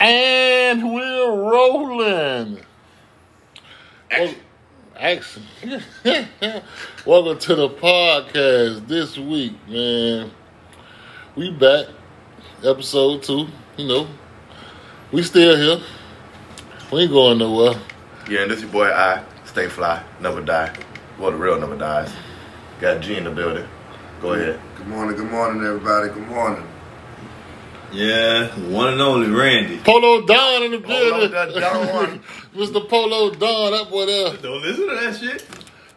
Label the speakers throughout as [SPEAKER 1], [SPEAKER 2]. [SPEAKER 1] And we're rolling.
[SPEAKER 2] Action.
[SPEAKER 1] Action. Welcome to the podcast this week, man. We back. Episode two. You know. We still here. We ain't going nowhere.
[SPEAKER 2] Yeah, and this your boy I. Stay fly, never die. Well, the real never dies. Got G in the building. Go ahead.
[SPEAKER 3] Good morning, good morning, everybody. Good morning.
[SPEAKER 4] Yeah, one and only Randy.
[SPEAKER 1] Polo Don in the building.
[SPEAKER 2] Don, Don.
[SPEAKER 1] Mr. Polo Don, that boy there.
[SPEAKER 4] Don't listen to that shit.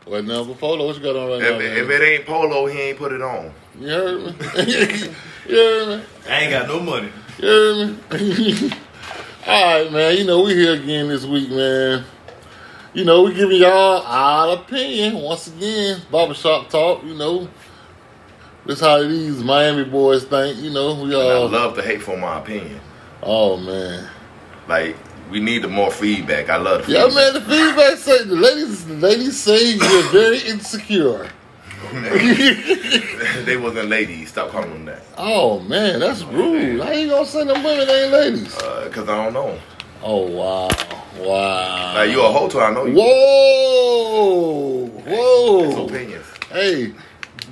[SPEAKER 1] Well, now, but Polo, what you got on right now?
[SPEAKER 2] If,
[SPEAKER 1] man?
[SPEAKER 2] if it ain't polo, he ain't put it on.
[SPEAKER 1] You heard me? you heard me?
[SPEAKER 4] I ain't got no money.
[SPEAKER 1] You heard me? All right, man. You know, we here again this week, man. You know, we giving y'all our opinion once again. Barbershop talk, you know. This how these Miami boys think, you know. We
[SPEAKER 2] And I
[SPEAKER 1] all.
[SPEAKER 2] love to hate for my opinion.
[SPEAKER 1] Oh, man.
[SPEAKER 2] Like, we need the more feedback. I love the
[SPEAKER 1] Yeah,
[SPEAKER 2] feedback.
[SPEAKER 1] man, the feedback say, the ladies, the ladies say you're very insecure.
[SPEAKER 2] they wasn't ladies. Stop calling them that.
[SPEAKER 1] Oh, man, that's rude. How you gonna say them women ain't ladies?
[SPEAKER 2] Because Uh, I don't know.
[SPEAKER 1] Oh, wow. Wow.
[SPEAKER 2] Like, you a whole time. I know you.
[SPEAKER 1] Whoa!
[SPEAKER 2] It's
[SPEAKER 1] Whoa!
[SPEAKER 2] opinions.
[SPEAKER 1] Hey,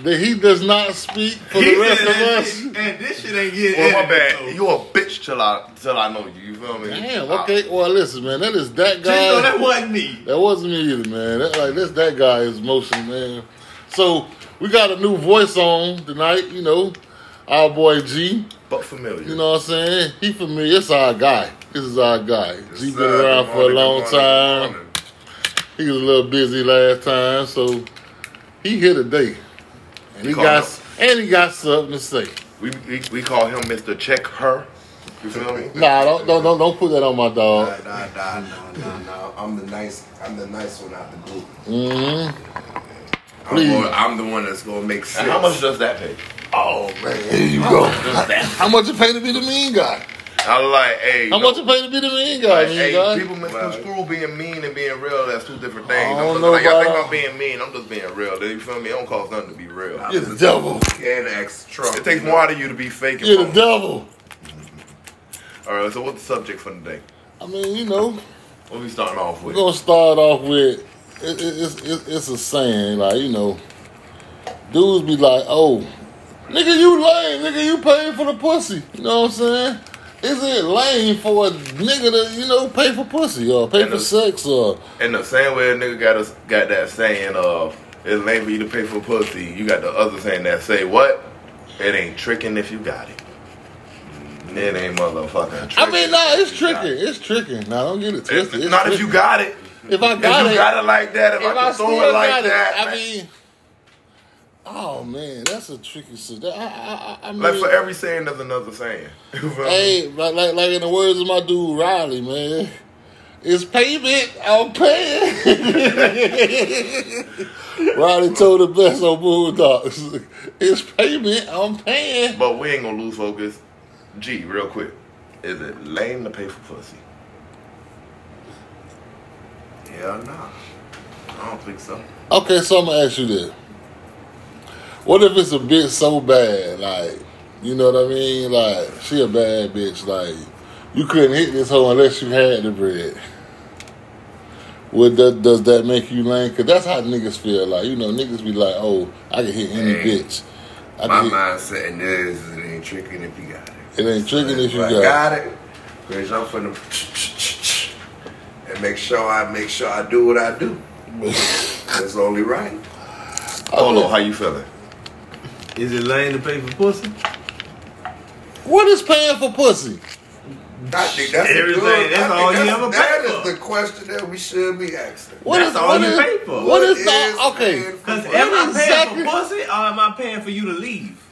[SPEAKER 1] the, he does not speak for the
[SPEAKER 4] He
[SPEAKER 1] rest
[SPEAKER 4] said
[SPEAKER 1] of
[SPEAKER 4] that
[SPEAKER 1] us.
[SPEAKER 4] shit, and this shit ain't getting
[SPEAKER 2] Well, my bad.
[SPEAKER 4] edited, so-
[SPEAKER 2] You a bitch till I till I know you. You feel me?
[SPEAKER 1] Damn. Okay. Well, listen, man. That is that
[SPEAKER 4] Just
[SPEAKER 1] guy.
[SPEAKER 4] know that wasn't me.
[SPEAKER 1] That wasn't me either, man. That, like that's that guy's motion, man. So we got a new voice on tonight. You know, our boy G.
[SPEAKER 2] I- Ah, but familiar.
[SPEAKER 1] You know what I'm saying? He familiar. It's our guy. This is our guy. G
[SPEAKER 3] Yes,
[SPEAKER 1] been
[SPEAKER 3] sir.
[SPEAKER 1] around
[SPEAKER 3] Good
[SPEAKER 1] for a
[SPEAKER 3] morning,
[SPEAKER 1] long
[SPEAKER 3] good
[SPEAKER 1] time.
[SPEAKER 3] morning,
[SPEAKER 1] He was a little busy last time, so he here today. And he,
[SPEAKER 2] He
[SPEAKER 1] got
[SPEAKER 2] called
[SPEAKER 1] and he got something to say.
[SPEAKER 2] We, we we call him Mr. Check Her. You feel me?
[SPEAKER 1] Nah, don't don't don't, don't put that on my
[SPEAKER 3] Nah,
[SPEAKER 1] dog.
[SPEAKER 3] nah, nah, nah, nah, nah. I'm the nice, I'm the nice one out the group.
[SPEAKER 1] Mm-hmm.
[SPEAKER 3] I'm,
[SPEAKER 1] Please.
[SPEAKER 3] gonna- I'm the one that's gonna make sense.
[SPEAKER 2] And how much does that pay?
[SPEAKER 3] Oh man, here you go.
[SPEAKER 1] How much you pay to be the mean guy?
[SPEAKER 2] I was like, hey,
[SPEAKER 1] How
[SPEAKER 2] no.
[SPEAKER 1] much you pay to be the mean guy,
[SPEAKER 2] Like,
[SPEAKER 1] mean
[SPEAKER 2] hey,
[SPEAKER 1] guy?
[SPEAKER 2] people misconstrue being mean and being real. That's two different
[SPEAKER 1] I
[SPEAKER 2] things.
[SPEAKER 1] don't
[SPEAKER 2] I'm just,
[SPEAKER 1] know
[SPEAKER 2] like, y'all think
[SPEAKER 1] about-
[SPEAKER 2] I'm being mean. I'm just being real. You feel me? It don't cost nothing to be real.
[SPEAKER 1] You're the devil.
[SPEAKER 3] Can ask Trump.
[SPEAKER 2] It takes more out of you to be fake. and
[SPEAKER 1] You're the
[SPEAKER 2] phony.
[SPEAKER 1] devil.
[SPEAKER 2] All right. So what's the subject for today?
[SPEAKER 1] I mean, you know,
[SPEAKER 2] What we starting off
[SPEAKER 1] we're
[SPEAKER 2] with?
[SPEAKER 1] gonna start off with it, it, it's, it's it's a saying like you know, dudes be like, oh, nigga, you lame, nigga, you paid for the pussy. You know what I'm saying? Is it lame for a nigga to you know pay for pussy or pay
[SPEAKER 2] And
[SPEAKER 1] for
[SPEAKER 2] it's-
[SPEAKER 1] sex or?
[SPEAKER 2] And the same way a nigga got us got that saying of it's lame for you to pay for pussy. You got the other saying that say what? It ain't tricking if you got it. Mm, It ain't motherfucking.
[SPEAKER 1] I mean,
[SPEAKER 2] tricking
[SPEAKER 1] nah,
[SPEAKER 2] if
[SPEAKER 1] it's
[SPEAKER 2] you got
[SPEAKER 1] tricky.
[SPEAKER 2] it.
[SPEAKER 1] It's tricky. Now don't get it
[SPEAKER 2] It's-
[SPEAKER 1] twisted. It's
[SPEAKER 2] not if you
[SPEAKER 1] tricky.
[SPEAKER 2] got it.
[SPEAKER 1] If I
[SPEAKER 2] If
[SPEAKER 1] got
[SPEAKER 2] you
[SPEAKER 1] it,
[SPEAKER 2] got it like that, if,
[SPEAKER 1] if
[SPEAKER 2] I
[SPEAKER 1] I
[SPEAKER 2] can
[SPEAKER 1] still
[SPEAKER 2] throw it like
[SPEAKER 1] got it,
[SPEAKER 2] that,
[SPEAKER 1] I
[SPEAKER 2] man.
[SPEAKER 1] mean, oh man, that's a tricky situation. I, I, I, I mean,
[SPEAKER 2] Like for every saying, there's another saying. You feel me?
[SPEAKER 1] Hey, like, like like in the words of my dude Riley, man, it's payment. I'm paying. Riley told the best on Bulldogs, it's payment. I'm paying.
[SPEAKER 2] but we ain't gonna lose focus. G, real quick, is it lame to pay for pussy?
[SPEAKER 3] Hell nah. I don't think so.
[SPEAKER 1] Okay, so I'm gonna ask you this: What if it's a bitch so bad, like you know what I mean? Like she a bad bitch, like you couldn't hit this hoe unless you had the bread. Would that does that make you lame? Cause that's how niggas feel. Like you know, niggas be like, "Oh, I can hit any
[SPEAKER 3] Man,
[SPEAKER 1] bitch." I
[SPEAKER 3] My
[SPEAKER 1] can hit,
[SPEAKER 3] mindset in this is it ain't tricking if you got it.
[SPEAKER 1] it ain't tricking if you
[SPEAKER 3] I
[SPEAKER 1] got. it.
[SPEAKER 3] got it. Bitch, I'm finna and make sure I make sure I do what I do. That's only right.
[SPEAKER 2] Polo, how you feeling?
[SPEAKER 4] Is it lame to pay for pussy?
[SPEAKER 1] What is paying for pussy?
[SPEAKER 3] I think that's a
[SPEAKER 4] Everything,
[SPEAKER 3] Good,
[SPEAKER 4] that's
[SPEAKER 3] I think
[SPEAKER 4] all you
[SPEAKER 3] that's-
[SPEAKER 4] ever
[SPEAKER 3] That
[SPEAKER 4] paid
[SPEAKER 3] is
[SPEAKER 4] for.
[SPEAKER 3] the question that we should be asking.
[SPEAKER 1] What
[SPEAKER 4] That's
[SPEAKER 1] is-
[SPEAKER 4] all
[SPEAKER 1] what
[SPEAKER 4] you
[SPEAKER 1] is-
[SPEAKER 4] pay for.
[SPEAKER 1] What is the
[SPEAKER 3] paying
[SPEAKER 1] okay?
[SPEAKER 3] for
[SPEAKER 4] Because
[SPEAKER 3] what?
[SPEAKER 4] am I
[SPEAKER 1] Exactly.
[SPEAKER 4] paying for pussy or am I paying for you to leave?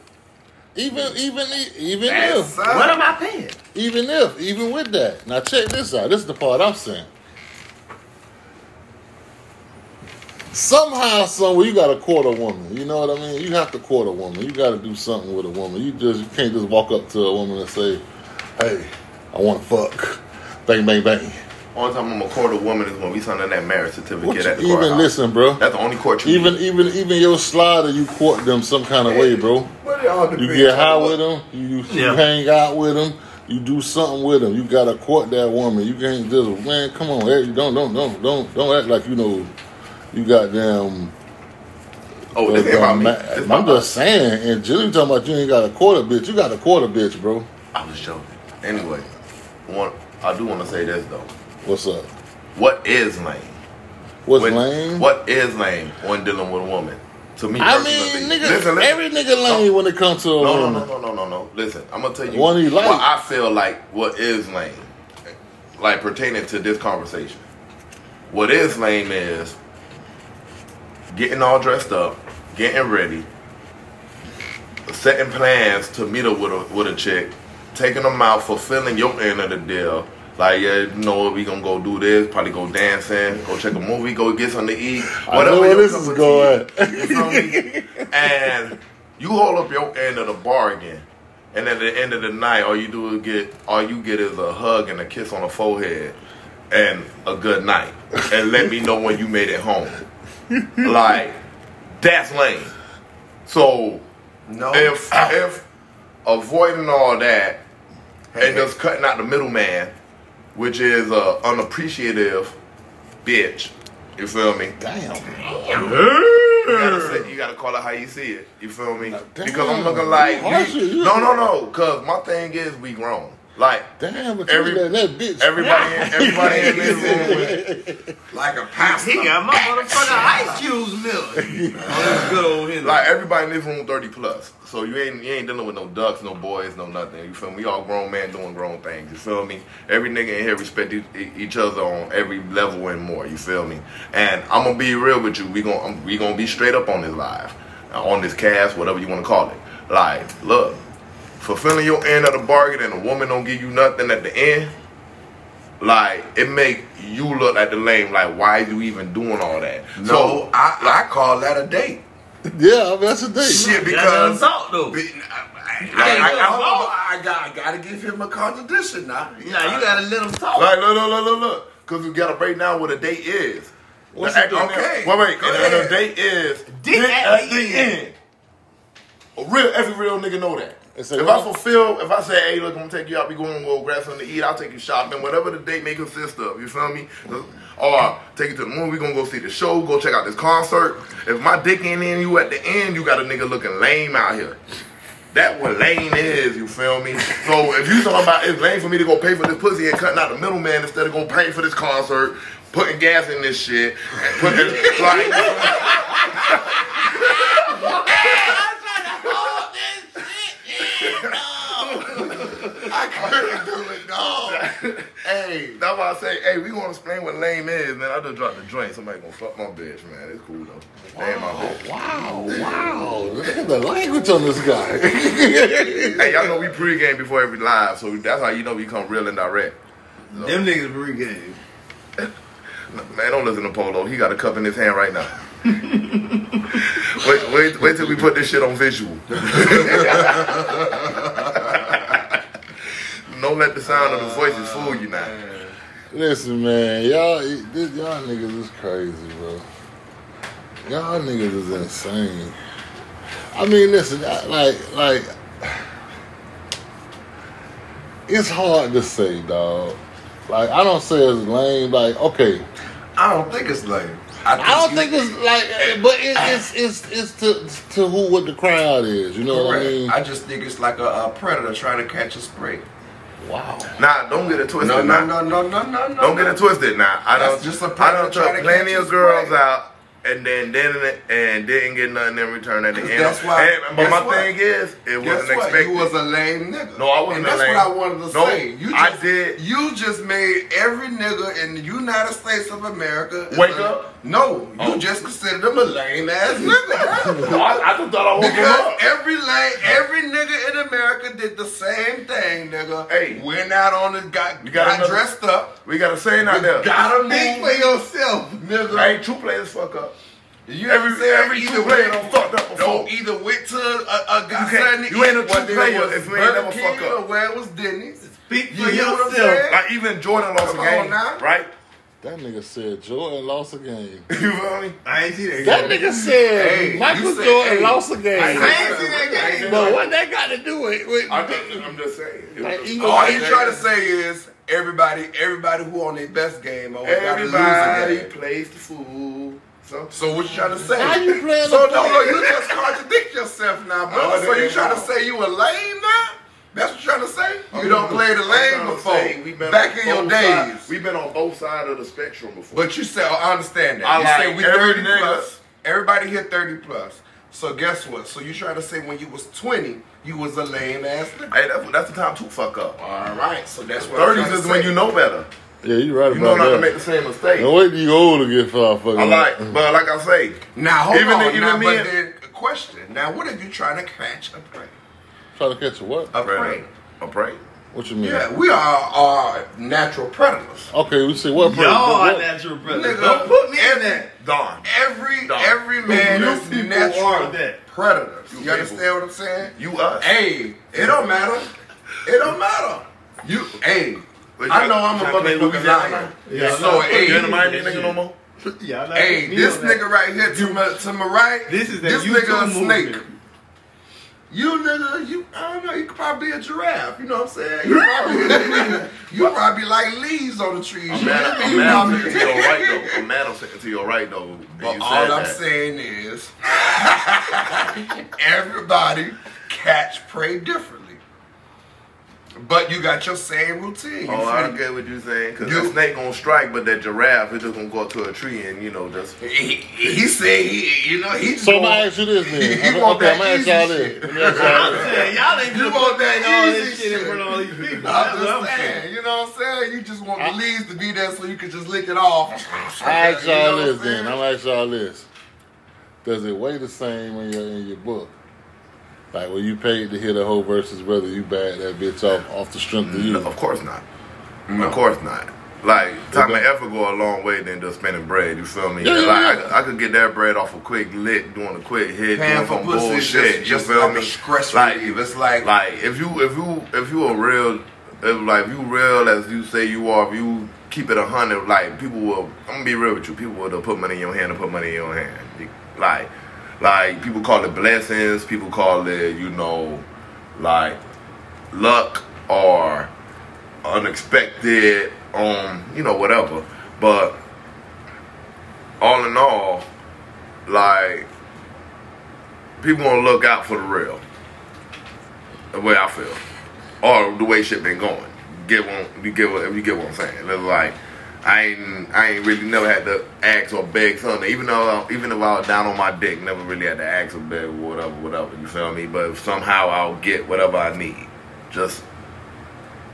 [SPEAKER 1] Even even even
[SPEAKER 3] That's
[SPEAKER 1] if
[SPEAKER 3] something.
[SPEAKER 4] What am I paying?
[SPEAKER 1] even if even with that. Now check this out. This is the part I'm saying. somehow, somewhere, you got to court a woman. You know what I mean? You have to court a woman. You got to do something with a woman. You just you can't just walk up to a woman and say, "Hey, I want to fuck." Bang, bang, bang.
[SPEAKER 2] Only time I'm a court a woman is when we signing that marriage certificate
[SPEAKER 1] What
[SPEAKER 2] at the
[SPEAKER 1] you even
[SPEAKER 2] courthouse.
[SPEAKER 1] listen, bro?
[SPEAKER 2] That's the only court you
[SPEAKER 1] Even
[SPEAKER 2] need.
[SPEAKER 1] even even your slider, you court them some kind of way, bro.
[SPEAKER 3] Well, it all
[SPEAKER 1] You
[SPEAKER 3] depends
[SPEAKER 1] get high
[SPEAKER 3] on
[SPEAKER 1] with
[SPEAKER 3] what-
[SPEAKER 1] them. You, you
[SPEAKER 4] Yeah.
[SPEAKER 1] hang out with them. You do something with them. You gotta court that woman. You can't just man. Come on, hey, don't don't don't don't don't act like you know. You goddamn. uh,
[SPEAKER 2] Oh, this ain't about me. This
[SPEAKER 1] I'm, I'm
[SPEAKER 2] about
[SPEAKER 1] just saying. And Jilly talking about you ain't got a quarter bitch. You got a quarter bitch, bro.
[SPEAKER 2] I was joking. Anyway, one, I do want to say this though.
[SPEAKER 1] What's up?
[SPEAKER 2] What is lame?
[SPEAKER 1] What's
[SPEAKER 2] When-
[SPEAKER 1] lame?
[SPEAKER 2] What is lame when dealing with a woman? To me,
[SPEAKER 1] I
[SPEAKER 2] personally.
[SPEAKER 1] mean, nigga,
[SPEAKER 2] Listen, listen.
[SPEAKER 1] every nigga lame when it comes to um, a
[SPEAKER 2] No, no,
[SPEAKER 1] woman.
[SPEAKER 2] no, no, no, no, no. Listen, I'm gonna tell you
[SPEAKER 1] One he like.
[SPEAKER 2] what I feel like. What is lame? Like pertaining to this conversation. What is lame is getting all dressed up, getting ready, setting plans to meet up with a with a chick, taking them out, fulfilling your end of the deal. Like yeah, you know what, we gonna go do this, probably go dancing, go check a movie, go get something to eat.
[SPEAKER 1] I know
[SPEAKER 2] whatever
[SPEAKER 1] where
[SPEAKER 2] your
[SPEAKER 1] this
[SPEAKER 2] cup
[SPEAKER 1] is
[SPEAKER 2] of tea
[SPEAKER 1] going.
[SPEAKER 2] you feel me? and you hold up your end of the bargain, and at the end of the night, all you do is get all you get is a hug and a kiss on the forehead, and a good night, and let me know when you made it home. Like that's lame. So
[SPEAKER 3] No.
[SPEAKER 2] if if avoiding all that and just cutting out the middleman, which is a unappreciative bitch, you feel me?
[SPEAKER 1] Damn.
[SPEAKER 2] You gotta, say, you gotta call it how you see it. You feel me?
[SPEAKER 1] damn,
[SPEAKER 2] because I'm looking like
[SPEAKER 1] you harsh,
[SPEAKER 2] you-
[SPEAKER 1] you-
[SPEAKER 2] no, no, no. Because my thing is we grown. Like
[SPEAKER 1] Damn, but
[SPEAKER 2] Every-
[SPEAKER 1] every, that, that bitch.
[SPEAKER 2] everybody, in, everybody in this room.
[SPEAKER 3] like a pastor.
[SPEAKER 4] He got my motherfucking ice cubes milk. Oh, this good old Henry.
[SPEAKER 2] Like everybody in this room, thirty plus. So you ain't you ain't dealing with no ducks, no boys, no nothing. You feel me? We all grown men doing grown things. You feel me? Every nigga in here respect e- e- each other on every level and more. You feel me? And I'm gonna be real with you. We gonna we gonna be straight up on this live, uh, on this cast, whatever you wanna call it. Like, look, fulfilling your end of the bargain and a woman don't give you nothing at the end. Like it make you look like the lame. Like why you even doing all that?
[SPEAKER 3] No, I, I call that a date.
[SPEAKER 1] Yeah, I mean, that's the thing.
[SPEAKER 3] Shit,
[SPEAKER 4] That's
[SPEAKER 3] because I,
[SPEAKER 4] salt though.
[SPEAKER 3] I,
[SPEAKER 2] Like,
[SPEAKER 3] I-
[SPEAKER 4] look,
[SPEAKER 3] I-
[SPEAKER 4] look.
[SPEAKER 3] I got, I gotta give him a contradiction now.
[SPEAKER 4] Nah, you gotta let him talk.
[SPEAKER 2] Like, look, look, look, look, look. Because we got to break down what a date is.
[SPEAKER 1] What's
[SPEAKER 2] The
[SPEAKER 1] a
[SPEAKER 2] act-
[SPEAKER 1] date?
[SPEAKER 2] Okay. Wait, wait.
[SPEAKER 3] Go
[SPEAKER 2] And
[SPEAKER 3] ahead.
[SPEAKER 2] a date is
[SPEAKER 4] Dick at the
[SPEAKER 2] end. A real, every real nigga know that.
[SPEAKER 1] It's a
[SPEAKER 2] if
[SPEAKER 1] real-
[SPEAKER 2] I fulfill, if I say, hey, look, I'm gonna take you out, we going to go grab something to eat, I'll take you shopping, whatever the date may consist of, you feel me? Or take you to the movie, we gonna go see the show, go check out this concert. If my dick ain't in you at the end, you got a nigga looking lame out here. That what lane is, you feel me? So if you talking about it's lame for me to go pay for this pussy and cutting out the middleman instead of going pay for this concert, putting gas in this shit, and putting like I couldn't do it, dog. hey, that's why I say, hey, we gonna explain what lame is, man. I just dropped the joint. Somebody gonna fuck my bitch, man. It's cool though. They ain't my bitch.
[SPEAKER 1] Wow, wow. Oh, Look at the language on this guy.
[SPEAKER 2] Hey, y'all know we pregame before every live, so that's how you know we come real and direct.
[SPEAKER 4] Them niggas pregame.
[SPEAKER 2] Man, don't listen to Polo. He got a cup in his hand right now. wait, wait, wait till we put this shit on visual. don't let the sound of the voices fool you now.
[SPEAKER 1] Listen, man, y'all, this, y'all niggas is crazy, bro. Y'all niggas is insane. I mean, listen, I, like, like, it's hard to say, dog. Like, I don't say it's lame. Like, okay,
[SPEAKER 3] I don't think it's lame. think
[SPEAKER 1] I don't
[SPEAKER 3] you-
[SPEAKER 1] think it's like, uh, but it, it's it's it's to to who what the crowd is. You know what I
[SPEAKER 3] correct.
[SPEAKER 1] mean?
[SPEAKER 3] I just think it's like a, a predator trying to catch a prey.
[SPEAKER 1] wow.
[SPEAKER 2] Nah, don't get it twisted.
[SPEAKER 3] No,
[SPEAKER 2] now.
[SPEAKER 3] no, no, no, no, no, no.
[SPEAKER 2] Don't get it twisted. Now, I
[SPEAKER 3] That's
[SPEAKER 2] don't.
[SPEAKER 3] just a
[SPEAKER 2] I don't
[SPEAKER 3] predator trying
[SPEAKER 2] trust
[SPEAKER 3] to
[SPEAKER 2] plenty
[SPEAKER 3] catch
[SPEAKER 2] of
[SPEAKER 3] his
[SPEAKER 2] girls
[SPEAKER 3] prey.
[SPEAKER 2] out. And then, then, and didn't get nothing in return at the
[SPEAKER 3] 'Cause
[SPEAKER 2] end.
[SPEAKER 3] that's why-
[SPEAKER 2] And- but
[SPEAKER 3] guess
[SPEAKER 2] my
[SPEAKER 3] what?
[SPEAKER 2] thing is, it
[SPEAKER 3] Guess
[SPEAKER 2] wasn't
[SPEAKER 3] what?
[SPEAKER 2] expected.
[SPEAKER 3] You was a lame nigga.
[SPEAKER 2] No, I wasn't
[SPEAKER 3] And
[SPEAKER 2] a
[SPEAKER 3] that's
[SPEAKER 2] lame-
[SPEAKER 3] what I wanted to
[SPEAKER 2] No,
[SPEAKER 3] say. You
[SPEAKER 2] I
[SPEAKER 3] just,
[SPEAKER 2] did.
[SPEAKER 3] You just made every nigga in the United States of America is
[SPEAKER 2] Wake
[SPEAKER 3] a-
[SPEAKER 2] up.
[SPEAKER 3] No, you
[SPEAKER 2] Oh.
[SPEAKER 3] just considered them a lame ass nigga. bro.
[SPEAKER 2] I, I just thought I woke him
[SPEAKER 3] Because
[SPEAKER 2] up.
[SPEAKER 3] every lane, every nigga in America did the same thing, nigga.
[SPEAKER 2] Hey.
[SPEAKER 3] went out on the got,
[SPEAKER 2] You got
[SPEAKER 3] got
[SPEAKER 2] another-
[SPEAKER 3] dressed up.
[SPEAKER 2] We got a saying out there.
[SPEAKER 3] Gotta think for yourself, nigga.
[SPEAKER 2] I ain't true players fuck up.
[SPEAKER 3] You know
[SPEAKER 2] Every
[SPEAKER 3] what I'm saying?
[SPEAKER 2] every
[SPEAKER 3] Either
[SPEAKER 2] true
[SPEAKER 3] way,
[SPEAKER 2] player don't fucked up before.
[SPEAKER 3] Don't either went to a, a
[SPEAKER 2] You
[SPEAKER 3] guy
[SPEAKER 2] can't- you ain't a true player if you ain't never fuck up.
[SPEAKER 3] Or where it was Denny's.
[SPEAKER 4] Speak
[SPEAKER 3] You
[SPEAKER 4] for
[SPEAKER 3] hear what I'm
[SPEAKER 4] yourself.
[SPEAKER 3] saying?
[SPEAKER 2] Like even Jordan lost
[SPEAKER 3] Come
[SPEAKER 2] a
[SPEAKER 3] on
[SPEAKER 2] game,
[SPEAKER 3] now.
[SPEAKER 2] right?
[SPEAKER 1] That nigga said Jordan lost a game.
[SPEAKER 2] You feel me?
[SPEAKER 4] I ain't see that.
[SPEAKER 1] That nigga said
[SPEAKER 2] Hey,
[SPEAKER 1] Michael
[SPEAKER 2] you said-
[SPEAKER 1] Jordan
[SPEAKER 2] hey.
[SPEAKER 1] lost a game.
[SPEAKER 2] I ain't
[SPEAKER 3] see that
[SPEAKER 2] game.
[SPEAKER 1] but what that got to do with? with
[SPEAKER 2] I'm just, I'm just saying.
[SPEAKER 1] Like, he
[SPEAKER 3] All
[SPEAKER 1] was-
[SPEAKER 3] he's trying to say is everybody, everybody who on their best game, always gotta lose
[SPEAKER 2] Everybody
[SPEAKER 3] a game.
[SPEAKER 2] plays the fool. So,
[SPEAKER 3] So what you trying to say?
[SPEAKER 1] How you playing the
[SPEAKER 3] so no,
[SPEAKER 1] fool?
[SPEAKER 3] no, you just contradict yourself now,
[SPEAKER 2] I
[SPEAKER 3] bro. So you
[SPEAKER 2] understand.
[SPEAKER 3] trying to say you a lame now? That's what you trying to say? You don't play the lane
[SPEAKER 2] lane
[SPEAKER 3] before, back in your days.
[SPEAKER 2] We've been on both sides of the spectrum before.
[SPEAKER 3] But you say, oh, I understand that.
[SPEAKER 2] I
[SPEAKER 3] you
[SPEAKER 2] like
[SPEAKER 3] say we
[SPEAKER 2] every
[SPEAKER 3] 30
[SPEAKER 2] nigga.
[SPEAKER 3] plus. Everybody hit 30 plus. So guess what? So you trying to say when you was 20, you was a lame ass nigga.
[SPEAKER 2] hey, that's, that's the time to fuck up.
[SPEAKER 3] All right, so that's what I'm
[SPEAKER 2] Thirties
[SPEAKER 3] trying
[SPEAKER 2] is
[SPEAKER 3] to
[SPEAKER 2] when
[SPEAKER 3] say.
[SPEAKER 2] you know better.
[SPEAKER 1] yeah, you right
[SPEAKER 2] You know not to
[SPEAKER 1] about
[SPEAKER 2] make the
[SPEAKER 1] that.
[SPEAKER 2] same mistake.
[SPEAKER 1] And wait till you Mm. old to get far fucking.
[SPEAKER 2] I like,
[SPEAKER 1] up.
[SPEAKER 2] but like I say,
[SPEAKER 3] Now hold
[SPEAKER 2] Even
[SPEAKER 3] on,
[SPEAKER 2] the- even
[SPEAKER 3] now,
[SPEAKER 2] me
[SPEAKER 3] but
[SPEAKER 2] and-
[SPEAKER 3] then a question. Now what if you trying to catch a prey?
[SPEAKER 1] Trying to catch a what?
[SPEAKER 3] A prey.
[SPEAKER 2] Right. I'm praying.
[SPEAKER 1] What you mean?
[SPEAKER 3] Yeah, we are, are natural predators.
[SPEAKER 1] Okay, we see what.
[SPEAKER 4] Y'all are
[SPEAKER 1] what-
[SPEAKER 4] natural brothers.
[SPEAKER 3] Nigga,
[SPEAKER 4] Don't put me in
[SPEAKER 3] every-
[SPEAKER 4] that.
[SPEAKER 2] Don,
[SPEAKER 3] Every
[SPEAKER 2] Dog.
[SPEAKER 3] every man
[SPEAKER 4] You
[SPEAKER 3] is
[SPEAKER 4] people
[SPEAKER 3] natural
[SPEAKER 4] are that.
[SPEAKER 3] predators. You,
[SPEAKER 2] people.
[SPEAKER 3] understand what I'm saying?
[SPEAKER 2] you us.
[SPEAKER 3] Hey, it don't matter. It don't matter. You, hey,
[SPEAKER 2] But
[SPEAKER 3] I
[SPEAKER 2] you-
[SPEAKER 3] know I'm
[SPEAKER 2] you
[SPEAKER 3] a
[SPEAKER 2] trying to play
[SPEAKER 3] motherfucking
[SPEAKER 2] Louisiana?
[SPEAKER 3] liar.
[SPEAKER 4] Yeah, I'm
[SPEAKER 3] so,
[SPEAKER 4] not-
[SPEAKER 3] hey,
[SPEAKER 2] You ain't a Miami
[SPEAKER 4] Hey.
[SPEAKER 2] nigga no more.
[SPEAKER 4] Y'all not
[SPEAKER 3] hey,
[SPEAKER 4] put me
[SPEAKER 3] this
[SPEAKER 4] on that.
[SPEAKER 3] nigga right here to my, to my right,
[SPEAKER 4] This is that
[SPEAKER 3] this
[SPEAKER 4] YouTube
[SPEAKER 3] nigga a snake.
[SPEAKER 4] movement.
[SPEAKER 3] You nigga, you, I don't know, you could probably be a giraffe. You know what I'm saying? You probably, you probably like leaves on the trees.
[SPEAKER 2] I'm
[SPEAKER 3] You
[SPEAKER 2] mad.
[SPEAKER 3] nigga,
[SPEAKER 2] I'm
[SPEAKER 3] you
[SPEAKER 2] mad. I'm
[SPEAKER 3] know
[SPEAKER 2] sitting to
[SPEAKER 3] what
[SPEAKER 2] your
[SPEAKER 3] I'm
[SPEAKER 2] right
[SPEAKER 3] saying?
[SPEAKER 2] though. I'm mad. I'm sitting to your right though.
[SPEAKER 3] But
[SPEAKER 2] you
[SPEAKER 3] all
[SPEAKER 2] said
[SPEAKER 3] I'm
[SPEAKER 2] that.
[SPEAKER 3] saying is, everybody catch prey differently. But you got your same routine. You
[SPEAKER 2] Oh, I
[SPEAKER 3] feel me?
[SPEAKER 2] get what you're saying. Cause
[SPEAKER 3] You-
[SPEAKER 2] the snake gonna strike, but that giraffe is just gonna go up to a tree and you know just.
[SPEAKER 3] he, he said he, you know, he.
[SPEAKER 1] So I'm
[SPEAKER 3] going-
[SPEAKER 1] gonna ask you this then.
[SPEAKER 3] He
[SPEAKER 1] I'm-
[SPEAKER 3] want
[SPEAKER 1] okay, I'm
[SPEAKER 3] that
[SPEAKER 1] gonna ask
[SPEAKER 3] easy
[SPEAKER 1] y'all
[SPEAKER 3] shit.
[SPEAKER 1] this. Let me ask y'all
[SPEAKER 4] I'm
[SPEAKER 1] this.
[SPEAKER 4] saying y'all ain't
[SPEAKER 3] You
[SPEAKER 4] just
[SPEAKER 3] want
[SPEAKER 4] put
[SPEAKER 3] that
[SPEAKER 4] all
[SPEAKER 3] easy
[SPEAKER 4] this shit
[SPEAKER 3] shit.
[SPEAKER 4] in front of all these people.
[SPEAKER 3] I'm
[SPEAKER 4] That's what
[SPEAKER 3] just
[SPEAKER 4] I'm saying.
[SPEAKER 3] saying, you know what I'm saying? You just want the leaves to be there so you can just lick it off.
[SPEAKER 1] I ask
[SPEAKER 3] You know
[SPEAKER 1] y'all
[SPEAKER 3] what I'm
[SPEAKER 1] this then.
[SPEAKER 3] saying?
[SPEAKER 1] I'm gonna ask y'all this. Does it weigh the same in your in your book? Like when you paid to hear the whole versus whether you bag that bitch off off the strength of you.
[SPEAKER 2] No, of course not. Of course not. Like time and effort go a long way than just spending bread. You feel me?
[SPEAKER 1] Yeah, yeah,
[SPEAKER 2] like
[SPEAKER 1] yeah.
[SPEAKER 2] I, I could get that bread off a quick lick, doing a quick hit,
[SPEAKER 3] Paying
[SPEAKER 2] doing some
[SPEAKER 3] for pussy is
[SPEAKER 2] bullshit.
[SPEAKER 3] just,
[SPEAKER 2] you
[SPEAKER 3] just
[SPEAKER 2] feel
[SPEAKER 3] like
[SPEAKER 2] me?
[SPEAKER 3] a stress relief. It's
[SPEAKER 2] like, like if you if you if you a real if like if you real as you say you are, if you keep it a hundred, like people will. I'm gonna be real with you. People will put money in your hand and put money in your hand. Like, like people call it blessings. People call it you know, like luck or unexpected, um, you know, whatever. But all in all, like people gonna look out for the real. The way I feel, or the way shit been going. Get one, you get what you get what I'm saying. It's like I ain't I ain't really never had to ask or beg something. Even though even if I was down on my dick, never really had to ask or beg or whatever, whatever. You feel me? But somehow I'll get whatever I need. Just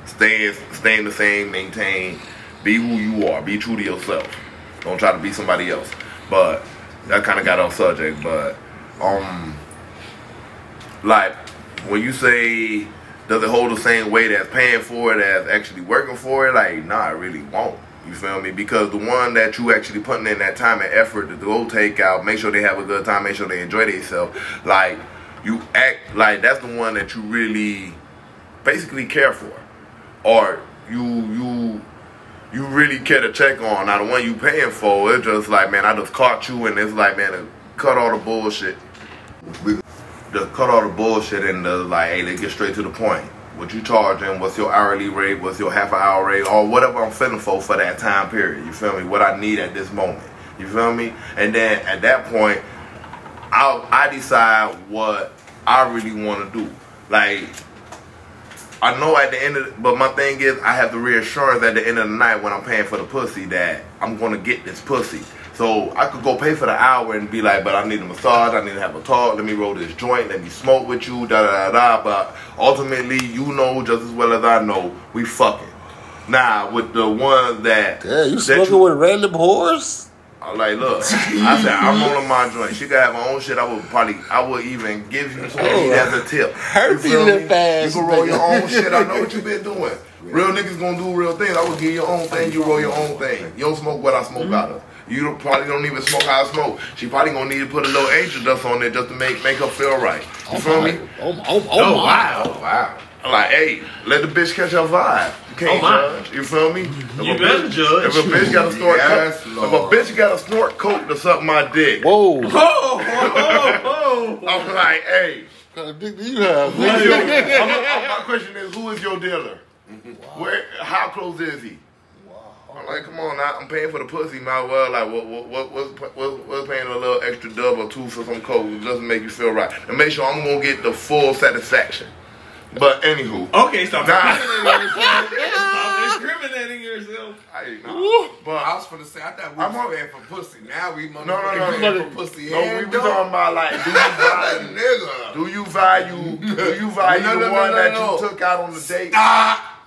[SPEAKER 2] staying staying the same, maintain, be who you are, be true to yourself. Don't try to be somebody else. But that kind of got off subject. But um, like when you say, does it hold the same weight as paying for it as actually working for it? Like, nah, it really won't. You feel me? Because the one that you actually putting in that time and effort to go take out, make sure they have a good time, make sure they enjoy themselves. Like you act like that's the one that you really basically care for, or you you you really care to check on. Now the one you paying for, it's just like man, I just caught you, and it's like man, cut all the bullshit. We just cut all the bullshit and the like, hey, let's get straight to the point. What you charging? What's your hourly rate? What's your half an hour rate? Or whatever I'm feeling for for that time period. You feel me? What I need at this moment. You feel me? And then at that point, I I decide what I really want to do. Like I know at the end of, but my thing is, I have the reassurance at the end of the night when I'm paying for the pussy that I'm gonna get this pussy. So I could go pay for the hour and be like, but I need a massage, I need to have a talk, let me roll this joint, let me smoke with you, da da da da. But ultimately, you know just as well as I know, we fucking. Now with the ones that
[SPEAKER 1] Yeah, you
[SPEAKER 2] that
[SPEAKER 1] smoking with random whores?
[SPEAKER 2] I like, look, I said I'm rolling my joint. She got her own shit. I would probably, I would even give you some weed as a tip.
[SPEAKER 1] Herpes
[SPEAKER 2] You feel me?
[SPEAKER 1] lip ass,
[SPEAKER 2] You can roll your
[SPEAKER 1] nigga.
[SPEAKER 2] own shit. I know what you been doing. Real niggas gonna do real things. I would give your own thing. You roll your own thing. You don't smoke what I smoke out of. You don't- probably don't even smoke how I smoke. She probably gonna need to put a little angel dust on there just to make make her feel right. You feel me?
[SPEAKER 1] Oh, oh, oh,
[SPEAKER 2] Oh
[SPEAKER 1] my.
[SPEAKER 2] wow, wow. I'm like, hey, let the bitch catch her vibe. You can't
[SPEAKER 4] Oh, my.
[SPEAKER 2] judge. You feel me? If
[SPEAKER 4] You
[SPEAKER 2] a
[SPEAKER 4] better
[SPEAKER 2] bitch- If
[SPEAKER 4] judge.
[SPEAKER 2] a bitch got a snort
[SPEAKER 3] Yes,
[SPEAKER 2] coat, if
[SPEAKER 3] Lord.
[SPEAKER 2] a bitch got a snort coat to suck my dick,
[SPEAKER 1] Whoa. What
[SPEAKER 4] Oh, oh, oh.
[SPEAKER 2] I'm like, hey.
[SPEAKER 1] kind of dick do you have?
[SPEAKER 2] Who's your-
[SPEAKER 1] nigga?
[SPEAKER 2] I'm- I'm- my question is, who is your dealer?
[SPEAKER 3] Mm-hmm.
[SPEAKER 2] Where? How close is he? I'm like, come on, now, I'm paying for the pussy, my well. Like, what, what, what, what's, what, what's paying a little extra dub or two for some coke just to make you feel right and make sure I'm gonna get the full satisfaction. But anywho,
[SPEAKER 3] oh.
[SPEAKER 4] Okay, stop.
[SPEAKER 2] nah,
[SPEAKER 4] Stop discriminating yourself.
[SPEAKER 2] I,
[SPEAKER 1] Woo.
[SPEAKER 2] nah.
[SPEAKER 3] I
[SPEAKER 2] but
[SPEAKER 3] was finna say, I thought we
[SPEAKER 2] I'm
[SPEAKER 3] was
[SPEAKER 2] on-
[SPEAKER 3] paying for pussy. Now we motherfucking
[SPEAKER 2] no, no, no,
[SPEAKER 3] paying
[SPEAKER 2] no,
[SPEAKER 3] for pussy.
[SPEAKER 2] no, we
[SPEAKER 3] and
[SPEAKER 2] was
[SPEAKER 3] dog.
[SPEAKER 2] talking about like, do you value,
[SPEAKER 3] nigga.
[SPEAKER 2] do you value, do you value
[SPEAKER 3] No, no,
[SPEAKER 2] the
[SPEAKER 3] no,
[SPEAKER 2] one
[SPEAKER 3] no,
[SPEAKER 2] that
[SPEAKER 3] no.
[SPEAKER 2] you took out on the date?
[SPEAKER 3] Ah,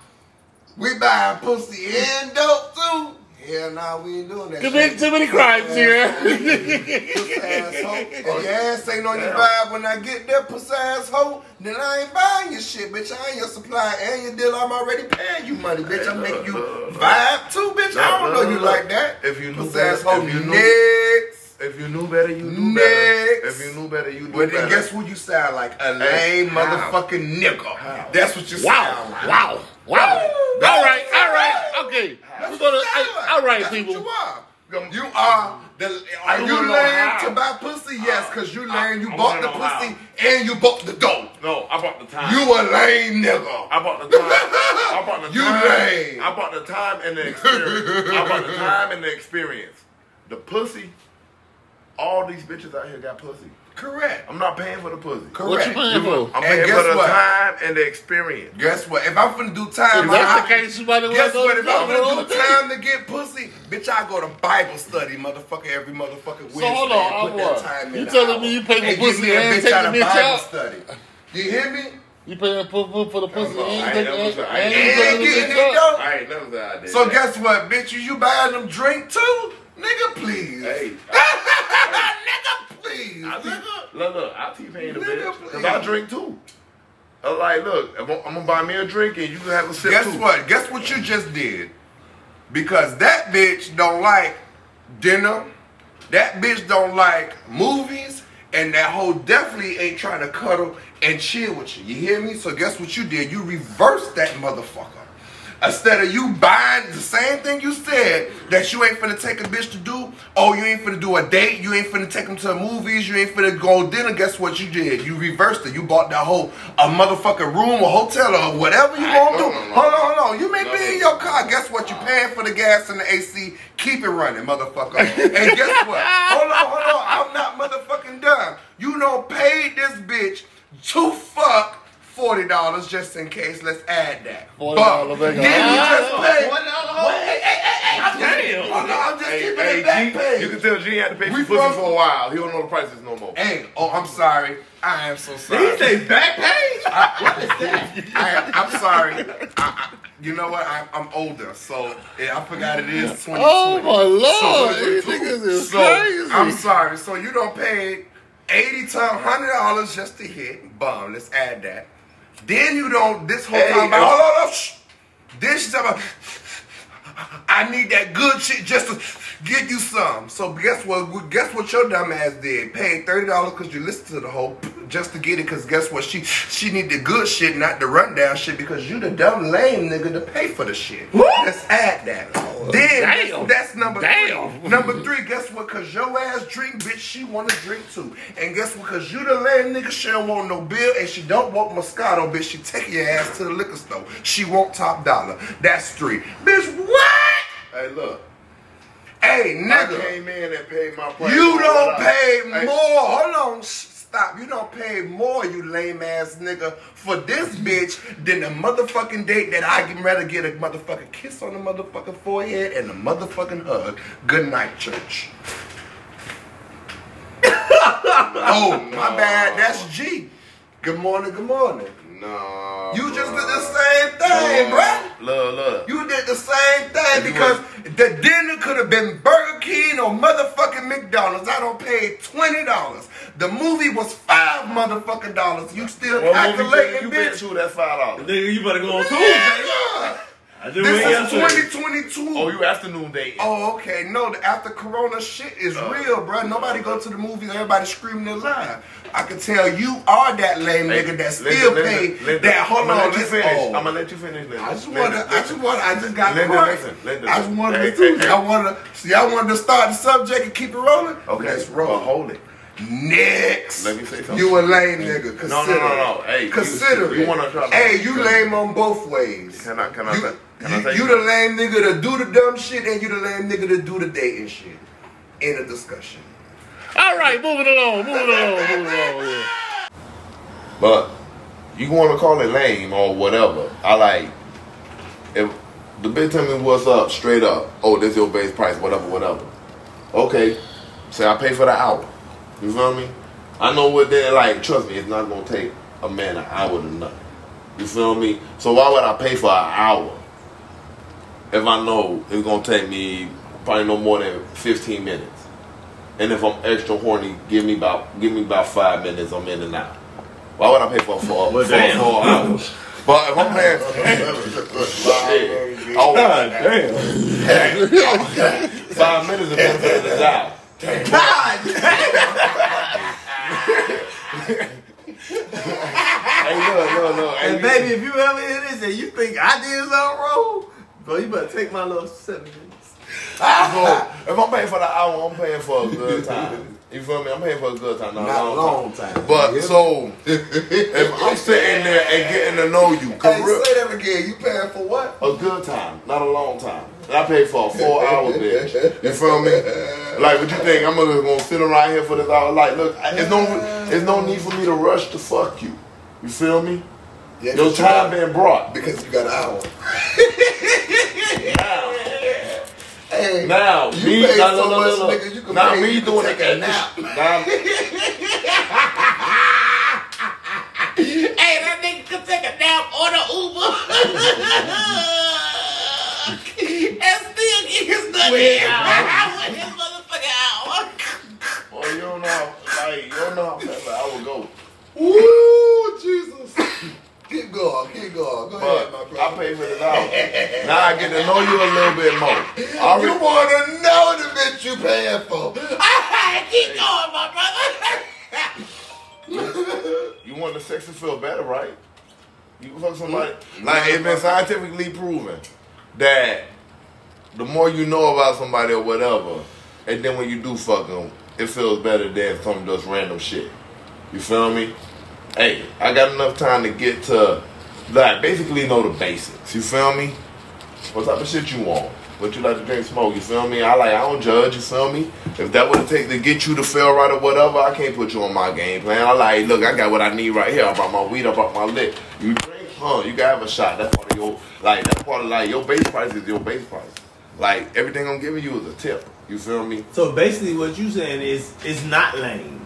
[SPEAKER 3] we buying pussy and dope too. Hell nah, we ain't doing that.
[SPEAKER 1] There's
[SPEAKER 3] shit.
[SPEAKER 1] been too many crimes here.
[SPEAKER 3] Pussy asshole. If your ass ain't on your vibe when I get there, pussy asshole, then I ain't buying your shit, bitch. I ain't your supplier and your dealer. I'm already paying you money, bitch. I'm making you vibe too, bitch. I don't know you like that.
[SPEAKER 2] If you knew
[SPEAKER 3] Pussy
[SPEAKER 2] better,
[SPEAKER 3] asshole,
[SPEAKER 2] if you knew,
[SPEAKER 3] next.
[SPEAKER 2] if you knew better, you knew better.
[SPEAKER 3] Next.
[SPEAKER 2] If you knew better, you knew
[SPEAKER 3] But
[SPEAKER 2] better.
[SPEAKER 3] then guess who you sound like? A
[SPEAKER 2] Hey,
[SPEAKER 3] lame
[SPEAKER 2] how?
[SPEAKER 3] motherfucking nigga.
[SPEAKER 2] How?
[SPEAKER 3] That's what you
[SPEAKER 1] Wow,
[SPEAKER 3] sound like.
[SPEAKER 1] wow, wow.
[SPEAKER 3] Woo!
[SPEAKER 1] All right, all right, okay. We're gonna, I, all right,
[SPEAKER 3] That's
[SPEAKER 1] people.
[SPEAKER 3] What you are. You are the. Are
[SPEAKER 2] don't
[SPEAKER 3] you
[SPEAKER 2] know
[SPEAKER 3] lame
[SPEAKER 2] how.
[SPEAKER 3] to buy pussy? Yes, because you lame. you
[SPEAKER 4] I wanna
[SPEAKER 3] bought the
[SPEAKER 4] know how.
[SPEAKER 3] pussy and you bought the dope.
[SPEAKER 2] No, I bought the time.
[SPEAKER 3] You a lame nigga.
[SPEAKER 2] I bought the time. I bought the
[SPEAKER 3] You
[SPEAKER 2] time.
[SPEAKER 3] lame.
[SPEAKER 2] I bought the time and the experience. I bought the time and the experience. The pussy. All these bitches out here got pussy.
[SPEAKER 3] Correct.
[SPEAKER 2] I'm not paying for the pussy.
[SPEAKER 1] What you
[SPEAKER 3] Correct.
[SPEAKER 1] playing for?
[SPEAKER 2] I'm
[SPEAKER 3] And
[SPEAKER 2] paying
[SPEAKER 3] guess
[SPEAKER 2] for the
[SPEAKER 3] what?
[SPEAKER 2] time and the experience.
[SPEAKER 3] Guess what? If I'm finna do time,
[SPEAKER 1] If
[SPEAKER 3] I-
[SPEAKER 1] that's the case, you might as well
[SPEAKER 3] Guess
[SPEAKER 1] go
[SPEAKER 3] what?
[SPEAKER 1] to
[SPEAKER 3] If I'm
[SPEAKER 1] jail all
[SPEAKER 3] gonna do
[SPEAKER 1] day.
[SPEAKER 3] time to get pussy, bitch, I go to Bible study, motherfucker, every motherfucking Wednesday.
[SPEAKER 1] So hold
[SPEAKER 3] and
[SPEAKER 1] on,
[SPEAKER 3] put
[SPEAKER 1] I'm
[SPEAKER 3] that
[SPEAKER 1] what?
[SPEAKER 3] time in
[SPEAKER 1] You
[SPEAKER 3] the
[SPEAKER 1] telling
[SPEAKER 3] hour.
[SPEAKER 1] me you pay for
[SPEAKER 3] And give
[SPEAKER 1] pussy
[SPEAKER 3] me a
[SPEAKER 1] and
[SPEAKER 3] bitch
[SPEAKER 1] take
[SPEAKER 3] out
[SPEAKER 1] the
[SPEAKER 3] of
[SPEAKER 1] bitch
[SPEAKER 3] Bible
[SPEAKER 1] out?
[SPEAKER 3] study. You hear me?
[SPEAKER 1] You paying for, for, for the pussy
[SPEAKER 3] Oh,
[SPEAKER 2] Come on, I
[SPEAKER 1] and you
[SPEAKER 2] ain't never
[SPEAKER 1] taking
[SPEAKER 2] said- I
[SPEAKER 1] and
[SPEAKER 2] ain't
[SPEAKER 1] you
[SPEAKER 3] And
[SPEAKER 1] taking
[SPEAKER 3] get
[SPEAKER 1] the
[SPEAKER 3] it
[SPEAKER 1] bitch out?
[SPEAKER 3] though.
[SPEAKER 2] I ain't never said I did.
[SPEAKER 3] So
[SPEAKER 2] that.
[SPEAKER 3] guess what, bitch? You, you buying them drink too, nigga? Please,
[SPEAKER 2] Hey,
[SPEAKER 3] nigga, please,
[SPEAKER 2] I think,
[SPEAKER 3] nigga.
[SPEAKER 2] look, look, I keep paying the
[SPEAKER 3] Nigga,
[SPEAKER 2] bitch because I
[SPEAKER 3] please.
[SPEAKER 2] drink too. I'm like, look, I'm, gonna- I'm gonna buy me a drink and you can have a sip
[SPEAKER 3] Guess
[SPEAKER 2] too.
[SPEAKER 3] what? Guess what you just did? Because that bitch don't like dinner. That bitch don't like movies. And that hoe definitely ain't trying to cuddle and chill with you. You hear me? So guess what you did? You reversed that motherfucker. Instead of you buying the same thing you said that you ain't finna take a bitch to do, oh you ain't finna do a date, you ain't finna take them to the movies, you ain't finna go dinner. Guess what you did? You reversed it. You bought that whole a motherfucking room, a hotel, or whatever you
[SPEAKER 2] I- no,
[SPEAKER 3] gonna do.
[SPEAKER 2] no, no.
[SPEAKER 3] Hold on, hold on. You may
[SPEAKER 2] No,
[SPEAKER 3] be
[SPEAKER 2] no,
[SPEAKER 3] in
[SPEAKER 2] no.
[SPEAKER 3] your car. Guess what? You paying for the gas and the AC. Keep it running, motherfucker. and guess what? Hold on, hold on. I'm not motherfucking done. You don't paid this bitch to fuck forty dollars just in case. Let's add that.
[SPEAKER 1] $40
[SPEAKER 3] But
[SPEAKER 1] nigga.
[SPEAKER 3] Then you just
[SPEAKER 4] Ah,
[SPEAKER 3] paid.
[SPEAKER 4] $40
[SPEAKER 3] Wait, hey, hey, hey, hey, I'm
[SPEAKER 4] Damn.
[SPEAKER 3] just- Hold on, I'm just
[SPEAKER 2] Hey,
[SPEAKER 3] keeping
[SPEAKER 2] hey,
[SPEAKER 3] it back
[SPEAKER 2] G,
[SPEAKER 3] paid.
[SPEAKER 2] you can tell G had to pay for
[SPEAKER 3] We
[SPEAKER 2] pussy
[SPEAKER 3] from-
[SPEAKER 2] for a while. He don't know the prices no more.
[SPEAKER 3] Hey, oh, I'm sorry. I am so sorry.
[SPEAKER 4] Did he say back page? what is that?
[SPEAKER 3] I, I'm sorry. I, I, you know what? I, I'm older, so yeah, I forgot it is 2020.
[SPEAKER 1] Oh my lord,
[SPEAKER 3] So-
[SPEAKER 1] these niggas is
[SPEAKER 3] so,
[SPEAKER 1] crazy.
[SPEAKER 3] I'm sorry. So you don't pay eighty to hundred dollars just to hit. Bum. Let's add that. Then you don't. This whole
[SPEAKER 2] Hey,
[SPEAKER 3] time. About,
[SPEAKER 2] yo.
[SPEAKER 3] hold on, hold on. shh. This is about. I need that good shit just to get you some. So guess what? Guess what your dumb ass did? Paid thirty dollars because you listened to the whole p- just to get it. Because guess what? She she need the good shit, not the rundown shit. Because you the dumb lame nigga to pay for the shit. Let's add that. then
[SPEAKER 1] Oh, damn.
[SPEAKER 3] that's number
[SPEAKER 1] Damn.
[SPEAKER 3] three. Number three. Guess what? Because your ass drink, bitch. She want to drink too. And guess what? Because you the lame nigga. She don't want no bill, and she don't want Moscato, bitch. She taking your ass to the liquor store. She want top dollar. That's three, bitch. What?
[SPEAKER 2] Hey, look,
[SPEAKER 3] Hey,
[SPEAKER 2] I
[SPEAKER 3] nigga,
[SPEAKER 2] came in and paid my price.
[SPEAKER 3] you don't pay
[SPEAKER 2] Hey,
[SPEAKER 3] more. Hold on, sh- stop. You don't pay more, you lame ass nigga, for this bitch than the motherfucking date that I can rather get a motherfucking kiss on the motherfucking forehead and a motherfucking hug. Good night, church. oh, my bad. That's G. Good morning, good morning.
[SPEAKER 2] No.
[SPEAKER 3] You just did
[SPEAKER 2] bruh.
[SPEAKER 3] the same thing,
[SPEAKER 2] No.
[SPEAKER 3] bruh.
[SPEAKER 2] Look, look.
[SPEAKER 3] You did the same thing
[SPEAKER 2] If you
[SPEAKER 3] because the dinner could have been Burger King or motherfucking McDonald's. I don't pay twenty dollars. The movie was five motherfucking dollars. You still
[SPEAKER 2] What movie
[SPEAKER 3] calculating,
[SPEAKER 2] you been
[SPEAKER 3] bitch?
[SPEAKER 2] to? That's five dollars.
[SPEAKER 4] Nigga, you better go on Tuesday.
[SPEAKER 3] Yeah.
[SPEAKER 4] I just
[SPEAKER 3] This
[SPEAKER 4] went
[SPEAKER 3] is
[SPEAKER 4] yesterday.
[SPEAKER 3] 2022.
[SPEAKER 2] Oh, you afternoon dating.
[SPEAKER 3] Oh, okay. No, the after Corona shit is
[SPEAKER 2] Oh.
[SPEAKER 3] real, bro. Nobody go to the movies. Everybody screaming their line. I can tell you are that lame
[SPEAKER 2] Hey,
[SPEAKER 3] nigga that
[SPEAKER 2] Linda,
[SPEAKER 3] still
[SPEAKER 2] Linda,
[SPEAKER 3] pay
[SPEAKER 2] Linda,
[SPEAKER 3] that. Hold
[SPEAKER 2] I'ma
[SPEAKER 3] on,
[SPEAKER 2] let you
[SPEAKER 3] let's-
[SPEAKER 2] finish.
[SPEAKER 3] oh.
[SPEAKER 2] I'm gonna let you finish. Linda.
[SPEAKER 3] I just
[SPEAKER 2] Linda,
[SPEAKER 3] wanna, I just wanna, I just got
[SPEAKER 2] Linda,
[SPEAKER 3] caught.
[SPEAKER 2] listen, Linda,
[SPEAKER 3] I just wanted
[SPEAKER 2] hey,
[SPEAKER 3] to do
[SPEAKER 2] hey, hey.
[SPEAKER 3] I wanna, see, I wanted to start the subject and keep it rolling.
[SPEAKER 2] Okay,
[SPEAKER 3] Let's
[SPEAKER 2] but
[SPEAKER 3] roll.
[SPEAKER 2] hold it.
[SPEAKER 3] Next.
[SPEAKER 2] Let me say something.
[SPEAKER 3] You a lame nigga. Consider
[SPEAKER 2] No, no, no, no.
[SPEAKER 3] it.
[SPEAKER 2] Hey, you-
[SPEAKER 3] Consider
[SPEAKER 2] you
[SPEAKER 3] it.
[SPEAKER 2] wanna try to-
[SPEAKER 3] Hey, you lame on both ways.
[SPEAKER 2] Can I- can I
[SPEAKER 3] you,
[SPEAKER 2] say- can I
[SPEAKER 3] you-
[SPEAKER 2] say
[SPEAKER 3] you
[SPEAKER 2] something?
[SPEAKER 3] the lame nigga to do the dumb shit and you the lame nigga to do the dating shit. In a discussion.
[SPEAKER 1] All right, moving along, moving along, moving along. Yeah.
[SPEAKER 2] But you want to call it lame or whatever. I like if the bitch tell me what's up, straight up. Oh, this your base price, whatever, whatever. Okay, say I pay for the hour. You feel me? I know what they like. Trust me, it's not gonna take a man an hour to nothing. You feel me? So why would I pay for an hour if I know it's gonna take me probably no more than fifteen minutes? And if I'm extra horny, give me about give me about five minutes. I'm in and out. Why would I pay for for, for,
[SPEAKER 4] Well,
[SPEAKER 2] for,
[SPEAKER 4] damn.
[SPEAKER 2] an hour? But if I'm paying, shit, oh,
[SPEAKER 4] God damn.
[SPEAKER 2] five minutes of benefit of the doubt. Hey, look, look, look. Hey,
[SPEAKER 4] And
[SPEAKER 2] you-
[SPEAKER 4] baby, if you ever hear this and you think I did something wrong, bro, you better take my little seven minutes.
[SPEAKER 2] So, if I'm paying for the hour, I'm paying for a good time. You feel me? I'm paying for a good time, not, a long, time. Oh.
[SPEAKER 4] time.
[SPEAKER 2] But
[SPEAKER 3] Yeah.
[SPEAKER 2] so, if I'm sitting there and getting to know you,
[SPEAKER 3] Hey,
[SPEAKER 2] cause real-
[SPEAKER 3] say that again. You paying for what?
[SPEAKER 2] a good time, not a long time. And I paid for a four hour bitch. You feel me? Like, what you think? I'm just gonna sit around here for this hour? Like, look, I- it's no, it's no need for me to rush to fuck you. You feel me?
[SPEAKER 3] Yeah,
[SPEAKER 2] Your
[SPEAKER 3] but you
[SPEAKER 2] time
[SPEAKER 3] got-
[SPEAKER 2] been brought.
[SPEAKER 3] because you got an hour.
[SPEAKER 2] Now,
[SPEAKER 3] Hey,
[SPEAKER 2] now,
[SPEAKER 3] you
[SPEAKER 2] me,
[SPEAKER 3] paid
[SPEAKER 2] now,
[SPEAKER 3] so
[SPEAKER 2] look, look, look,
[SPEAKER 3] much, nigga, you
[SPEAKER 2] look.
[SPEAKER 3] can
[SPEAKER 2] now
[SPEAKER 3] pay-
[SPEAKER 2] me
[SPEAKER 3] you can
[SPEAKER 2] doing
[SPEAKER 3] take
[SPEAKER 2] it.
[SPEAKER 3] a nap.
[SPEAKER 2] Now,
[SPEAKER 5] Hey, that nigga could take a nap on a Uber. and still get his nut in. With his motherfucking hour.
[SPEAKER 2] Well, you don't know, how- like, you don't know how fast I would go.
[SPEAKER 3] Woo, Jesus. keep going, keep going. Go ahead,
[SPEAKER 2] But
[SPEAKER 3] my
[SPEAKER 2] I
[SPEAKER 3] brother.
[SPEAKER 2] pay for this hour. now I get to know you a little bit more. I
[SPEAKER 3] you
[SPEAKER 2] re-
[SPEAKER 3] want to know the bitch you paying for.
[SPEAKER 5] Alright, keep going, my brother.
[SPEAKER 2] you want the sex to feel better, right? You can fuck somebody. Like, it's been scientifically proven that the more you know about somebody or whatever, and then when you do fuck them, it feels better than some just random shit. You feel me? Hey, I got enough time to get to, like, basically know the basics. You feel me? what type of shit you want. What you like to drink, smoke, you feel me? I like, I don't judge, you feel me? If that would take to get you to feel right or whatever, I can't put you on my game plan. I like, look, I got what I need right here. I brought my weed, I brought my lick. You drink, huh? You gotta have a shot. That's part of your, like, that's part of, like, your base price is your base price. Like, everything I'm giving you is a tip. You feel me?
[SPEAKER 4] So basically, what you saying is it's not lame.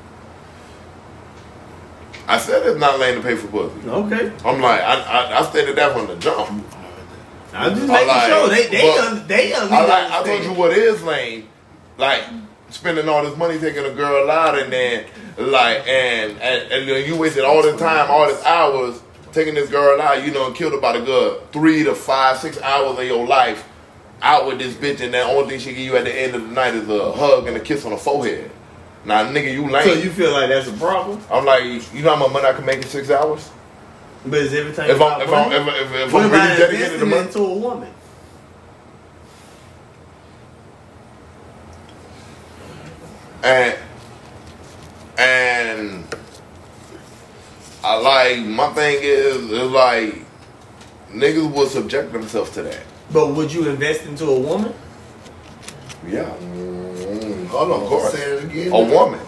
[SPEAKER 2] I said it's not lame to pay for pussy.
[SPEAKER 4] Okay.
[SPEAKER 2] I'm like, I, I, I stated that from the jump.
[SPEAKER 4] I'm just
[SPEAKER 2] I
[SPEAKER 4] making
[SPEAKER 2] like-
[SPEAKER 4] sure they they
[SPEAKER 2] but-
[SPEAKER 4] un, they un,
[SPEAKER 2] I like. I told you what is lame, like spending all this money taking a girl out and then like and and, and then you wasted all this time, all these hours taking this girl out. You know, killed about a good three to five, six hours of your life out with this bitch, and the only thing she give you at the end of the night is a hug and a kiss on the forehead. Now, nigga, you lame.
[SPEAKER 4] So you feel like that's a problem?
[SPEAKER 2] I'm like, you know how much money I can make in six hours?
[SPEAKER 4] But is everything
[SPEAKER 2] If I'm
[SPEAKER 4] about
[SPEAKER 2] if I'm if,
[SPEAKER 4] money?
[SPEAKER 2] if, if
[SPEAKER 4] what
[SPEAKER 2] I'm really
[SPEAKER 4] about
[SPEAKER 2] dedicated to
[SPEAKER 4] investing
[SPEAKER 2] money.
[SPEAKER 4] into a woman?
[SPEAKER 2] and and I like my thing is is like niggas will subject themselves to that.
[SPEAKER 4] But would you invest into a woman?
[SPEAKER 2] Yeah,
[SPEAKER 3] Hold on,
[SPEAKER 2] Of course.
[SPEAKER 3] say it again.
[SPEAKER 2] a woman,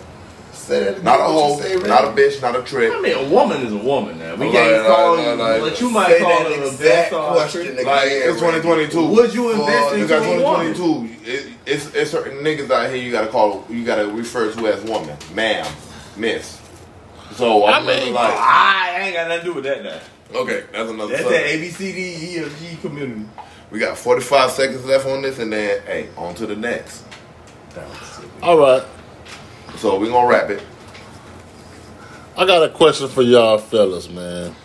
[SPEAKER 3] Say that again.
[SPEAKER 2] not a
[SPEAKER 3] what
[SPEAKER 2] hoe,
[SPEAKER 3] you say, Ray.
[SPEAKER 2] not a bitch, not a trick.
[SPEAKER 4] I mean, a woman is a woman. Now we
[SPEAKER 2] Like,
[SPEAKER 4] can't call
[SPEAKER 2] like,
[SPEAKER 4] you
[SPEAKER 2] like,
[SPEAKER 4] what you
[SPEAKER 3] Say
[SPEAKER 4] might call
[SPEAKER 3] that
[SPEAKER 4] it a
[SPEAKER 3] exact
[SPEAKER 4] best or
[SPEAKER 3] question
[SPEAKER 4] trick.
[SPEAKER 3] again.
[SPEAKER 2] Like it's
[SPEAKER 3] Ray.
[SPEAKER 2] 2022.
[SPEAKER 4] Would you
[SPEAKER 2] Well,
[SPEAKER 4] invest
[SPEAKER 2] you
[SPEAKER 4] into
[SPEAKER 2] got
[SPEAKER 4] a woman?
[SPEAKER 2] 2022. It, it's it's certain niggas out here you gotta call you gotta refer to as woman, ma'am, miss. So
[SPEAKER 1] I
[SPEAKER 2] I'm
[SPEAKER 1] mean,
[SPEAKER 2] like
[SPEAKER 4] Oh, I ain't got nothing to do with that. Now.
[SPEAKER 2] okay, that's another.
[SPEAKER 4] That's
[SPEAKER 2] subject.
[SPEAKER 4] that A B C D E F G community.
[SPEAKER 2] We got 45 seconds left on this, and then hey, on to the next.
[SPEAKER 1] All right,
[SPEAKER 2] So we gonna wrap it.
[SPEAKER 1] I got a question for y'all fellas, man.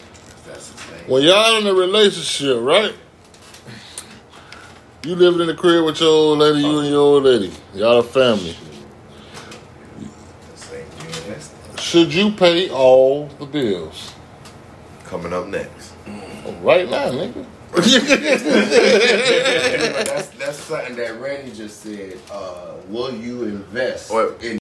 [SPEAKER 3] That's the thing.
[SPEAKER 1] When y'all in a relationship, right? You living in the crib with your old lady, you and your old lady. Y'all a family.
[SPEAKER 2] Same thing. That's
[SPEAKER 1] Should you pay all the bills?
[SPEAKER 2] coming up next.
[SPEAKER 1] Right now, nigga.
[SPEAKER 3] that's, that's something that Randy just said. Uh, will you invest
[SPEAKER 2] What?
[SPEAKER 3] in